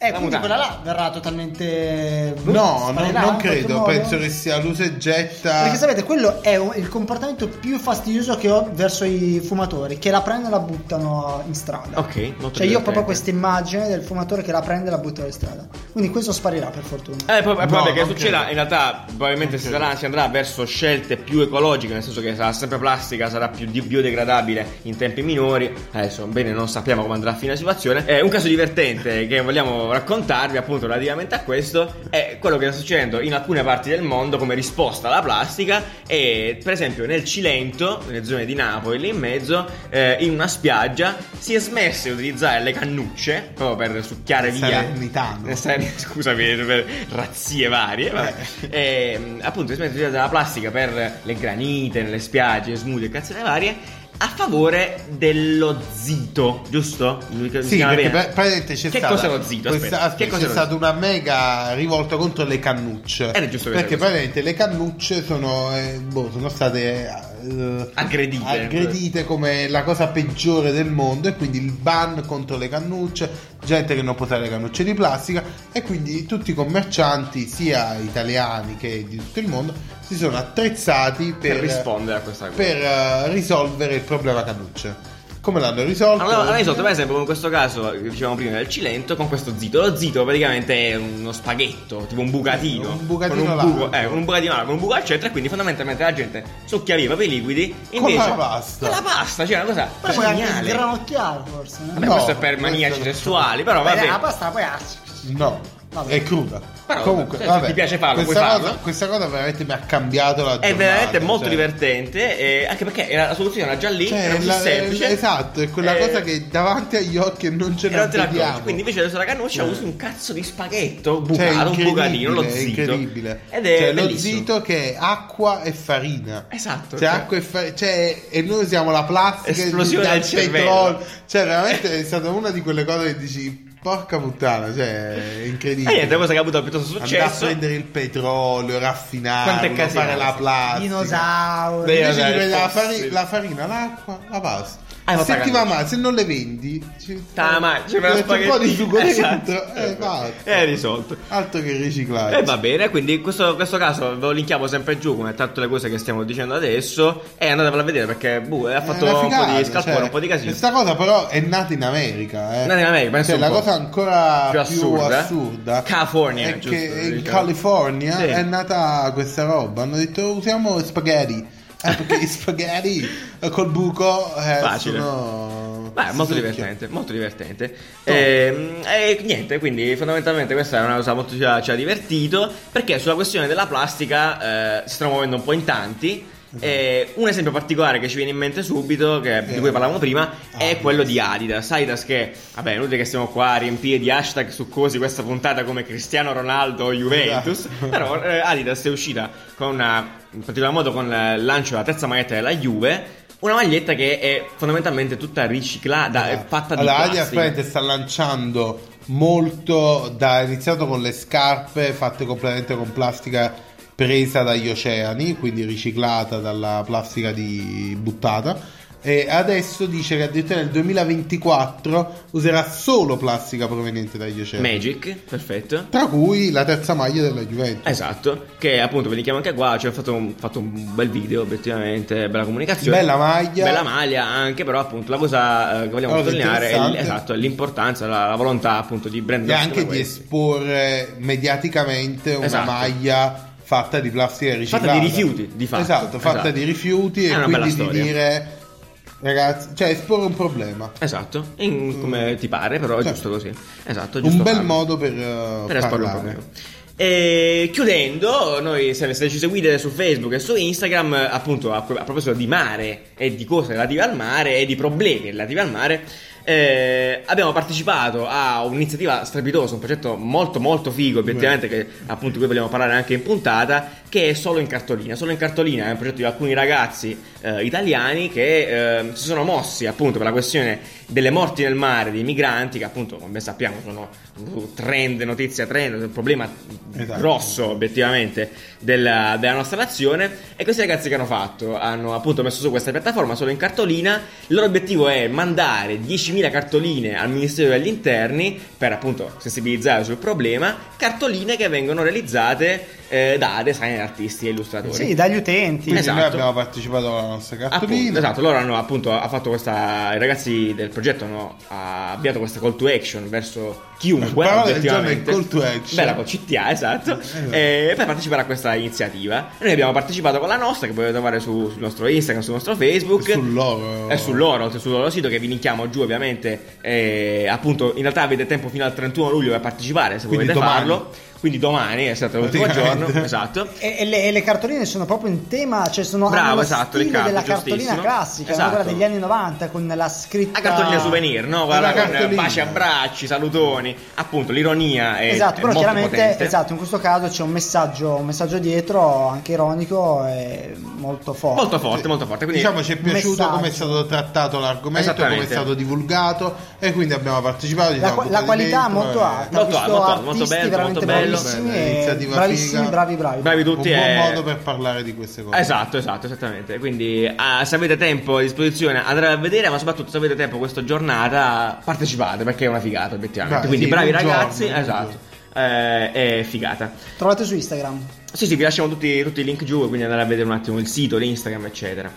Eh,
La
quindi
mutanda.
quella là verrà totalmente...
No, no,
sparirà
non
in qualche
credo,
modo?
penso che sia l'usa e getta.
Perché sapete, quello è un- il comportamento più fastidioso che ho verso i fumatori, che la prendono e la buttano in strada.
Ok, molto
Cioè io ho
divertente.
proprio questa immagine del fumatore che la prende e la butta in strada. Quindi questo sparirà per fortuna.
Eh, poi, poi
No,
vabbè, che
non
succederà?
credo.
In realtà, probabilmente
Non
si,
credo.
sarà- si andrà verso scelte più ecologiche, nel senso che sarà sempre plastica, sarà più di- biodegradabile in tempi minori. Adesso, bene, non sappiamo come andrà a fine la situazione. Eh, un caso divertente che vogliamo raccontarvi, appunto, relativamente a questo, è quello che sta succedendo in alcune parti del mondo come risposta alla plastica. E, per esempio, nel Cilento, nelle zone di Napoli, lì in mezzo, eh, in una spiaggia, si è smesso di utilizzare le cannucce proprio per succhiare
Il
via. Eh,
salernitano.
Nel Sen- Scusami, per razzie varie. Vabbè.
Eh.
Ehm, appunto, si mette via della plastica per le granite, nelle spiagge, smoothie e cazzate varie. A favore dello zito, giusto? Mi- mi
Sì,
chiama
perché
bene?
pra- praticamente c'è
Che
stata
cos'è lo zitto?
questa-
Aspetta, che
c'è
cos'è lo
stata una mega rivolta contro le cannucce.
Era giusto che
perché
fosse.
praticamente le cannucce sono, eh, boh, sono state eh,
Aggredite.
aggredite come la cosa peggiore del mondo e quindi il ban contro le cannucce, gente che non può usare le cannucce di plastica e quindi tutti i commercianti, sia italiani che di tutto il mondo, si sono attrezzati per,
per rispondere a questa cosa.
per, eh, risolvere il problema cannucce. Come l'hanno risolto?
Allora, allora risolto, per esempio, come in questo caso che dicevamo prima del Cilento, con questo zito. Lo zito praticamente è uno spaghetto, tipo un bucatino.
Un bucatino
con un
largo.
buco, eh, con un bucatino largo, con un buco al centro, e quindi fondamentalmente la gente succhia via i propri liquidi. Invece,
la pasta.
Con la pasta, cioè una cosa
Però puoi anche
geniale.
sgranocchiare forse. no?
Vabbè,
No,
questo è per
questo Eh,
maniaci
no.
sessuali, però
Beh, ah,
vabbè.
la pasta la puoi arci.
No,
Vabbè.
è cruda.
Però,
Comunque,
se- se
vabbè,
ti piace farlo,
questa
puoi
cosa,
farlo.
Questa cosa veramente mi ha cambiato
È
la giornata,
veramente molto
cioè.
divertente, eh, anche perché era- la soluzione era già lì,
Cioè,
era così
la-
semplice.
esatto, è quella
Eh,
cosa che davanti agli occhi e non ce
e
la
non te la accorgi.
vediamo. Eh. Cioè,
Quindi invece adesso la cannuccia usi un cazzo di spaghetto bucato, un
incredibile,
bucatino, lo
è
zito.
incredibile.
Ed è
cioè, lo
bellissimo.
zito che è acqua e farina.
Esatto.
Cioè,
cioè.
acqua e, fa- cioè, e noi usiamo la plastica
Esplosione
dal
del cervello.
petrolio. Cioè, veramente è stata una di quelle cose che dici, porca puttana, cioè, è
E
incredibile.
Eh, niente, cosa che ha avuto piuttosto
Andare a
successo.
prendere il petrolio,
Quanto
raffinarlo,
è casino.
fare la plastica.
Dinosauri.
Beh,
Invece
vabbè,
di prendere la,
fossili.
fari- la farina, l'acqua, la pasta.
Hai fatto
se
la
ti va
cannuccia.
male, se non le vendi, ci
Ah, ma c'è una
metti un po' di
spaghetti.
sugo
Esatto. Eh,
dentro. Eh, basta.
È risolto.
Altro che
E
riciclare.
va bene, quindi in questo, questo caso ve lo linkiamo sempre giù come tanto le cose che stiamo dicendo adesso e andatevela a vedere perché boh, ha fatto
È una
un po'
Eh, figata,
di scalpore,
cioè,
un po' di casino.
Questa cosa però è nata in America. Eh.
Nata in America, pensa
Cioè,
un
la
po'.
cosa ancora
Più
più
assurda.
assurda,
California,
è
giusto,
che in
diciamo.
California
Sì.
è nata questa roba. Hanno detto usiamo spaghetti. Eh, perché gli spaghetti eh, col buco eh,
Facile.
sono...
Beh, molto
si
divertente, molto divertente. Ehm, E, niente, quindi fondamentalmente questa è una cosa molto ci ha, ci ha divertito perché sulla questione della plastica eh, si stanno muovendo un po' in tanti.
Esatto.
E un esempio particolare che ci viene in mente subito, che- di
Eh.
cui parlavamo prima, è
Adidas.
quello di Adidas. Adidas che, vabbè, è inutile che stiamo qua a riempire di hashtag succosi questa puntata come Cristiano Ronaldo o Juventus,
Esatto.
però eh, Adidas è uscita con una, in particolar modo con eh, il lancio della terza maglietta della Juve, una maglietta che è fondamentalmente tutta riciclata, è fatta di
Esatto. allora, Adidas
plastica.
praticamente sta lanciando molto da ha iniziato con le scarpe fatte completamente con plastica presa dagli oceani quindi riciclata dalla plastica di buttata e adesso dice che addirittura nel 2024 userà solo plastica proveniente dagli oceani
Magic, perfetto.
tra cui la terza maglia della Juventus
Esatto, che appunto ve li chiamo anche qua, ci ho fatto un, fatto un bel video obiettivamente, bella comunicazione.
Bella maglia.
Bella maglia anche, però appunto la cosa eh, che vogliamo
Cosa
sottolineare è, l-
interessante.
esatto, è l'importanza, la, la volontà appunto di brand
e
come
anche di
questi.
esporre mediaticamente una
Esatto.
maglia fatta di plastica riciclata
Fatta di rifiuti, di fatto.
esatto fatta
Esatto.
di rifiuti
È
e
una bella
quindi di
storia.
dire ragazzi cioè esporre un problema
Esatto, in- come ti pare, però è
Certo.
giusto così. Esatto, è giusto
un bel
farlo.
modo per, eh,
per esporlo un po'
parlare
meno. E chiudendo, noi se, se ci seguite su Facebook e su Instagram, eh, appunto a, a proposito di mare e di cose relative al mare e di problemi relativi al mare, eh, abbiamo partecipato a un'iniziativa strepitosa, un progetto molto molto figo, obiettivamente, che appunto di cui vogliamo parlare anche in puntata, che è solo in cartolina. Solo in cartolina è un progetto di alcuni ragazzi eh, italiani che eh, si sono mossi appunto per la questione delle morti nel mare dei migranti, che appunto come sappiamo sono un trend, notizia trend, un problema
Esatto.
grosso obiettivamente della, della nostra nazione. E questi ragazzi che hanno fatto? Hanno appunto messo su questa piattaforma solo in cartolina. Il loro obiettivo è mandare 10.000 cartoline al Ministero degli Interni per appunto sensibilizzare sul problema. Cartoline che vengono realizzate eh, da designer, artisti e illustratori.
Sì, dagli utenti.
quindi noi
Esatto.
abbiamo partecipato alla nostra
Appunto,
cartolina
esatto, loro hanno appunto ha fatto questa. I ragazzi del progetto hanno ha avviato questa call to action verso chiunque.
La parola del giorno è
oggettivamente.
call to action.
Bella con CTA, esatto.
Esatto.
eh, per partecipare a questa iniziativa. Noi abbiamo partecipato con la nostra, che potete trovare su- sul nostro Instagram, sul nostro Facebook.
E sul loro.
E sul loro, sul loro sito che vi linkiamo giù ovviamente. eh, appunto, in realtà avete tempo fino al 31 luglio per partecipare se
Quindi
volete
domani.
farlo. Quindi domani è stato l'ultimo giorno,
Praticamente.
esatto.
E, e le, e le cartoline sono proprio in tema, cioè sono
Bravo,
hanno lo
esatto,
stile
Riccardo,
della
giustissimo.
cartolina classica, no?
Esatto.
quella degli anni 90 con la scritta
La cartolina souvenir, no? Guarda,
La
con
cartolina.
baci, abbracci, salutoni, appunto, l'ironia è,
Esatto,
è
però
molto
chiaramente
potente.
esatto, in questo caso c'è un messaggio, un messaggio dietro anche ironico e molto forte.
Molto forte, molto forte, quindi
diciamo ci è piaciuto
Messaggio.
come è stato trattato l'argomento come è
Esattamente.
stato divulgato e quindi abbiamo partecipato ci
la,
siamo
qua- la
buttati
qualità
dentro,
molto
eh.
alta,
Molto
ho visto
alta, molto-
artisti
molto bello,
veramente
molto bello.
bravissimi,
Bella
e
iniziativa
bravissimi,
figa.
bravi, bravi.
bravi
un
tutti
buon
e-
modo per parlare di queste cose
Esatto, esatto, esattamente. Quindi ah, se avete tempo a disposizione andate a vedere, ma soprattutto se avete tempo questa giornata partecipate perché è una figata, obiettivamente.
Dai,
Quindi
sì,
bravi
un giorno,
ragazzi,
un
esatto. eh, è figata.
Trovate su Instagram.
Sì, sì, vi lasciamo tutti, tutti i link giù, quindi andate a vedere un attimo il sito, l'Instagram, eccetera.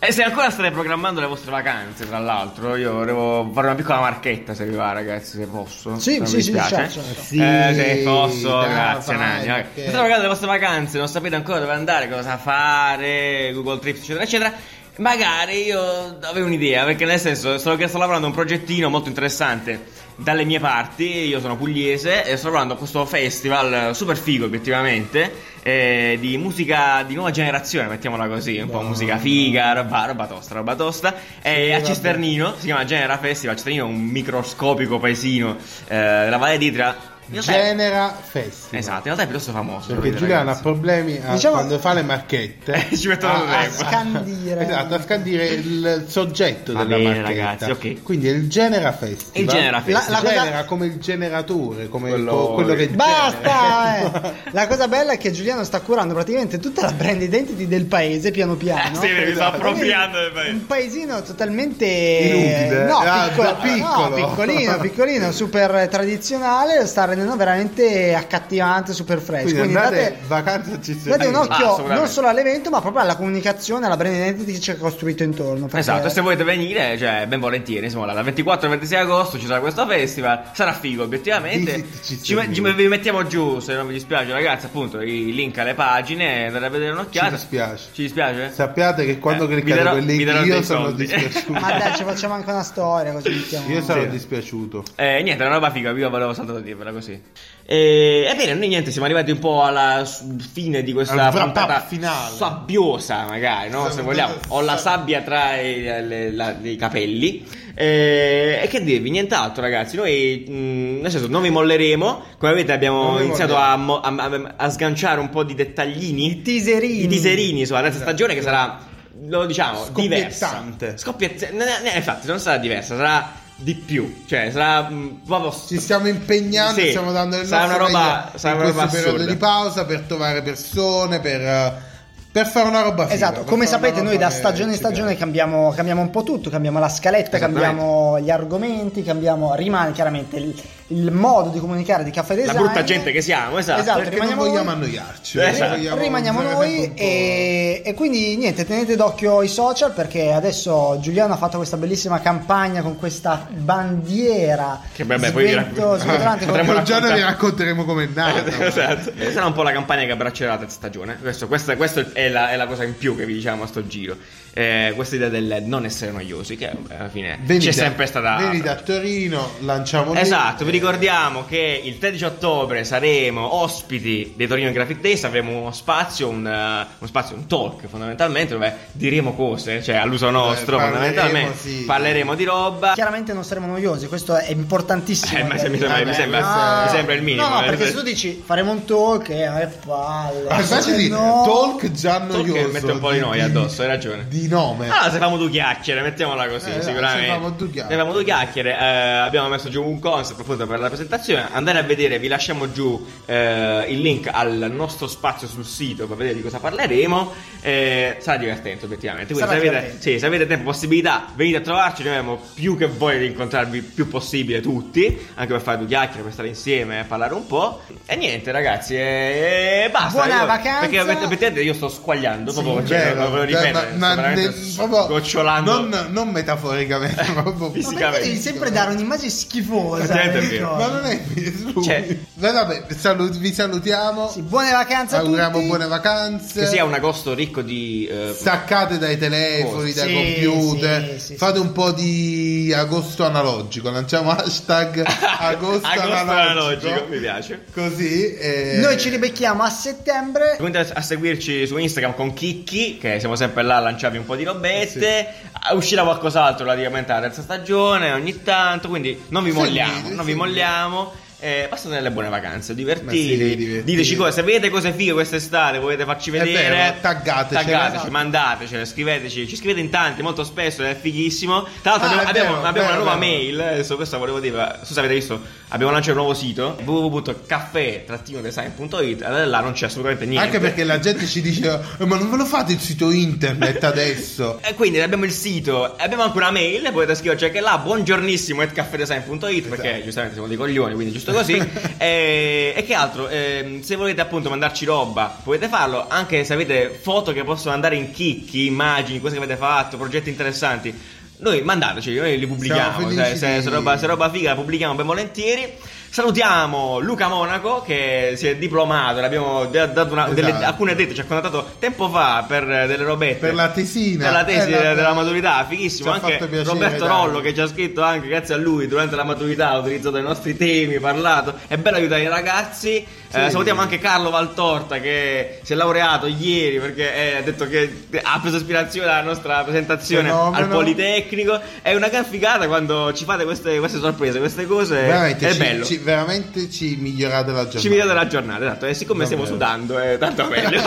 E Eh, se ancora state programmando le vostre vacanze, tra l'altro, io volevo fare una piccola marchetta se vi va, ragazzi, se posso.
Sì,
se non
sì,
vi
sì,
dispiace.
certo, certo.
Sì, Ah,
eh, se posso,
dai,
grazie
vai,
Nani. ok.
perché-
Se state programmando le vostre vacanze, non sapete ancora dove andare, cosa fare, Google Trips, eccetera, eccetera. Magari io avevo un'idea, perché nel senso sto, che sto lavorando a un progettino molto interessante dalle mie parti, io sono pugliese e sto lavorando a questo festival eh, super figo obiettivamente, eh, di musica di nuova generazione, mettiamola così, un po'
Wow.
musica figa, roba, roba tosta, roba tosta, eh, a
vabbè.
Cisternino, si chiama Genera Festival, Cisternino è un microscopico paesino eh, della Valle d'Itria In realtà è-
Genera Festival.
Esatto, in realtà è piuttosto famoso. devo
Perché
dire,
Giuliano ha
ragazzi.
problemi a-
Diciamo-
quando fa le marchette.
Ci mettono
a-
il
a
verbo.
Scandire.
Esatto, a scandire il soggetto
Va
della
bene,
marchetta.
ragazzi, ok.
Quindi è il genera festival.
Il genera
La,
festival.
la
Genera
genera come il generatore, come co-
Quello-
quello, che
Basta! eh. La cosa bella è che Giuliano sta curando praticamente tutta la brand identity del paese piano piano.
Eh, Sì, mi sta
Esatto.
appropriando del paese.
Un paesino totalmente
Inutile.
no,
Ah,
piccolo,
piccolo.
no, piccolino, piccolino, super tradizionale, lo sta rendendo veramente accattivante, super fresh.
Quindi
Quindi
andate
date-
vacanza ci si-
Date un
Ah,
occhio
sicuramente.
non solo all'evento, ma proprio alla comunicazione, alla brand identity che ci ha costruito intorno. perché-
Esatto, e se volete venire, cioè, ben volentieri, insomma, dal 24 al 26 agosto ci sarà questo festival, sarà figo, obiettivamente.
Visiteci, ci
Ci, met- ci-
vediamo.
vi mettiamo giù, se non vi dispiace, ragazzi, appunto, i link alle pagine, andate a vedere un'occhiata.
Ci dispiace.
Ci dispiace?
Sappiate che quando
Eh,
cliccate
mi darò-
quel link
mi darò
io
dei
sono
soldi.
dispiaciuto.
Ma dai, ci facciamo anche una storia così mettiamo-
Io sono
Sì.
dispiaciuto.
Eh, niente, è una roba figa, io volevo soltanto dirvela così. E, ebbene, noi niente, siamo arrivati un po' alla s- fine di questa
Al wrap-up
puntata
finale.
sabbiosa, magari, no? Se
Siamo
vogliamo.
tutti
Ho la
sab-
sabbia tra i, le- la- i capelli. Eh, e che dirvi, nient'altro, ragazzi. Noi, mh, nel senso, non vi molleremo. Come vedete, abbiamo
Non vi
iniziato a, mo-
molleremo.
a- a- a sganciare un po' di dettaglini.
I teaserini.
I teaserini sulla terza
Esatto.
stagione che sarà, lo diciamo, diversa.
Scoppiettante.
Scoppiettante. Infatti, non sarà diversa, sarà di più. Cioè, sarà mh, proprio...
Ci stiamo impegnando,
Sì,
stiamo dando il
sarà una
nostro
roba-
meglio
sarà
in
una
questo
roba
periodo
assurda.
di pausa per trovare persone, per, eh, per fare una roba figa,
eh,
Esatto,
per
come
fare una
sapete noi
roba
da
che
stagione in
ci
stagione
piace.
cambiamo, cambiamo un po' tutto, cambiamo la scaletta,
Esattamente.
cambiamo gli argomenti, cambiamo, rimane chiaramente il, il modo di comunicare di Caffè
La
Design.
brutta gente che siamo, esatto.
Esatto.
Perché non
Rimaniamo
vogliamo
noi-
annoiarci,
Eh,
non
esatto.
vogliamo
Rimaniamo
stare
noi
sempre un po'-
e, e quindi niente, tenete d'occhio i social perché adesso Giuliano ha fatto questa bellissima campagna con questa bandiera
Che vabbè, poi vi racconto.
sventolante,
Potremmo
un giorno
raccontare.
vi racconteremo com'è nata.
Esatto. Sarà un po' la campagna che abbraccerà la terza stagione. Questo, questa questa è, la, è la cosa in più che vi diciamo a sto giro. Eh, questa idea del non essere noiosi, che eh, alla fine
Venite,
c'è sempre stata.
venite a Torino, lanciamo lì.
Esatto, vi ricordiamo che il 13 ottobre saremo ospiti dei Torino Graphic Days, avremo uno spazio, un, eh, uno spazio, un talk fondamentalmente dove diremo cose, cioè all'uso nostro
parleremo,
fondamentalmente,
sì.
parleremo di roba.
Chiaramente non saremo noiosi, questo è importantissimo.
Eh, ma se mi sembra,
Vabbè,
mi sembra-
questo è-
mi sembra il minimo.
No, no,
eh.
perché se tu dici faremo un talk e eh, palle.
Ah,
Se
Invece di
no-
talk già
Talk che
noioso.
mette un po' di noia addosso, hai ragione. Ah,
Di nome.
Allora, se famo due chiacchiere, mettiamola così,
Eh, dai,
sicuramente.
se famo due chiacchiere.
Ne famo due chiacchiere, eh, abbiamo messo giù un concept appunto per la presentazione. Andate a vedere, vi lasciamo giù eh, il link al nostro spazio sul sito per vedere di cosa parleremo. Eh, sarà divertente, obiettivamente. Quindi,
Sarà
se avete,
divertente.
sì, se avete tempo, possibilità, venite a trovarci. Noi abbiamo più che voglia di incontrarvi più possibile tutti, anche per fare due chiacchiere, per stare insieme, parlare un po'io- E niente, ragazzi, eh, e basta.
Buona vacanza.
Perché obiettivamente io sto squagliando
Sì,
proprio, cioè,
Vero,
non volevo
cioè,
ripetere, sto
ma- ma
veramente
ne- proprio
gocciolando.
non, non metaforicamente, ma proprio
Ma
fisicamente.
perché devi sempre dare un'immagine schifosa? eh,
Effettivamente è
mi
vero.
ricordo.
Ma non è vero.
Cioè-
Beh, vabbè, salut- vi salutiamo.
Sì, buone vacanze a
auguriamo
tutti.
buone vacanze.
Che sia un agosto ricco di... eh,
Staccate dai telefoni,
Sì,
dai computer,
sì, sì,
fate un po' di agosto analogico, lanciamo hashtag agosto, analogico,
mi piace.
Così eh,
Noi ci ribecchiamo a settembre.
Continuate a seguirci su Instagram con Chicchi, che siamo sempre là a lanciarvi un po' di
Eh,
robette. Ah, Uscirà qualcos'altro praticamente alla terza stagione ogni tanto, quindi non vi
Seguite,
molliamo, non vi
seguite.
molliamo. Eh, passate delle buone vacanze,
Ma
divertitevi.
sì, divertitevi.
Diteci cosa, se vedete cose fighe quest'estate, volete farci
È
vedere.
vero, taggatecele.
taggateci
Esatto.
mandatecele, scriveteci. Ci scrivete in tanti, molto spesso, è fighissimo. Tra l'altro,
Ah,
abbiamo,
è vero,
abbiamo- abbiamo
vero,
una nuova
vero.
mail. Adesso questo volevo dire, so se avete visto, abbiamo lanciato un nuovo sito www.caffè-design.it. Allora là non c'è assolutamente niente.
anche perché la gente ci dice "Eh, ma non ve lo fate il sito internet adesso?
E quindi abbiamo il sito, abbiamo anche una mail, potete scriverci anche là, buongiornissimo at caffedesign.it perché
Esatto.
giustamente siamo dei coglioni, quindi giusto così. e, e che altro, ehm, se volete appunto mandarci roba, potete farlo, anche se avete foto che possono andare in chicchi, immagini, cose che avete fatto, progetti interessanti. Noi mandateci, noi li pubblichiamo,
felici
cioè, se,
di-
se roba, se roba figa la pubblichiamo ben volentieri. Salutiamo Luca Monaco che si è diplomato, l'abbiamo da- dato una- delle-
Esatto.
alcune dette, ci ha contattato tempo fa per eh, delle robette.
Per la tesina.
Per la tesi
Eh, la-
della maturità, fighissimo.
Ci ha
Anche
fatto piacere,
Roberto
dai.
Rollo che ci ha scritto anche grazie a lui durante la maturità, ha utilizzato i nostri temi, parlato. È bello aiutare i ragazzi. Eh, salutiamo anche Carlo Valtorta che si è laureato ieri perché eh, ha detto che ha preso ispirazione alla nostra presentazione
Fenomeno.
al tecnico. È una gran figata quando ci fate queste, queste sorprese, queste cose.
veramente,
Eh, è
ci,
bello.
ci- veramente ci migliorate la giornata.
Ci vediamo dalla giornata, esatto. E siccome stiamo
Davvero.
sudando, è tanto meglio.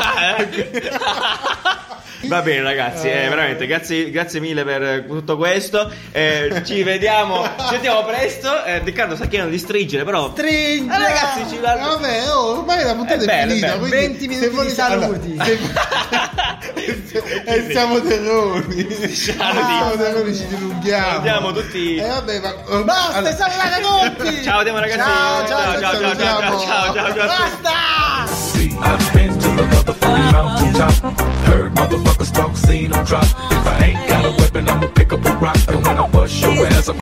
Va bene, ragazzi, eh, veramente grazie, grazie mille per tutto questo. Eh, ci vediamo, ci vediamo presto. Eh, Riccardo sta chiedendo di stringere, però.
Stringi!
Eh, ragazzi, ci la...
Vabbè, oh, ormai la puntata
È
è,
bello,
finita.
è bello.
quindi
20
se
minuti di
volete-
saluti.
se- e siamo terroni. siamo terroni, ci dilunghiamo.
Andiamo tutti-
E vabbè, ma ormai-
Basta,
allora-
salvate tutti!
Ciao, andiamo, ragazzi.
Ciao,
ciao,
ciao,
ciao, ciao, ciao, ciao, ciao, ciao.
Basta!
See, I've been to the motherfucking mountaintop. Heard motherfuckers talk, seen them drop. If I ain't got a weapon, I'ma pick up a rock. And when I bust your ass, I'm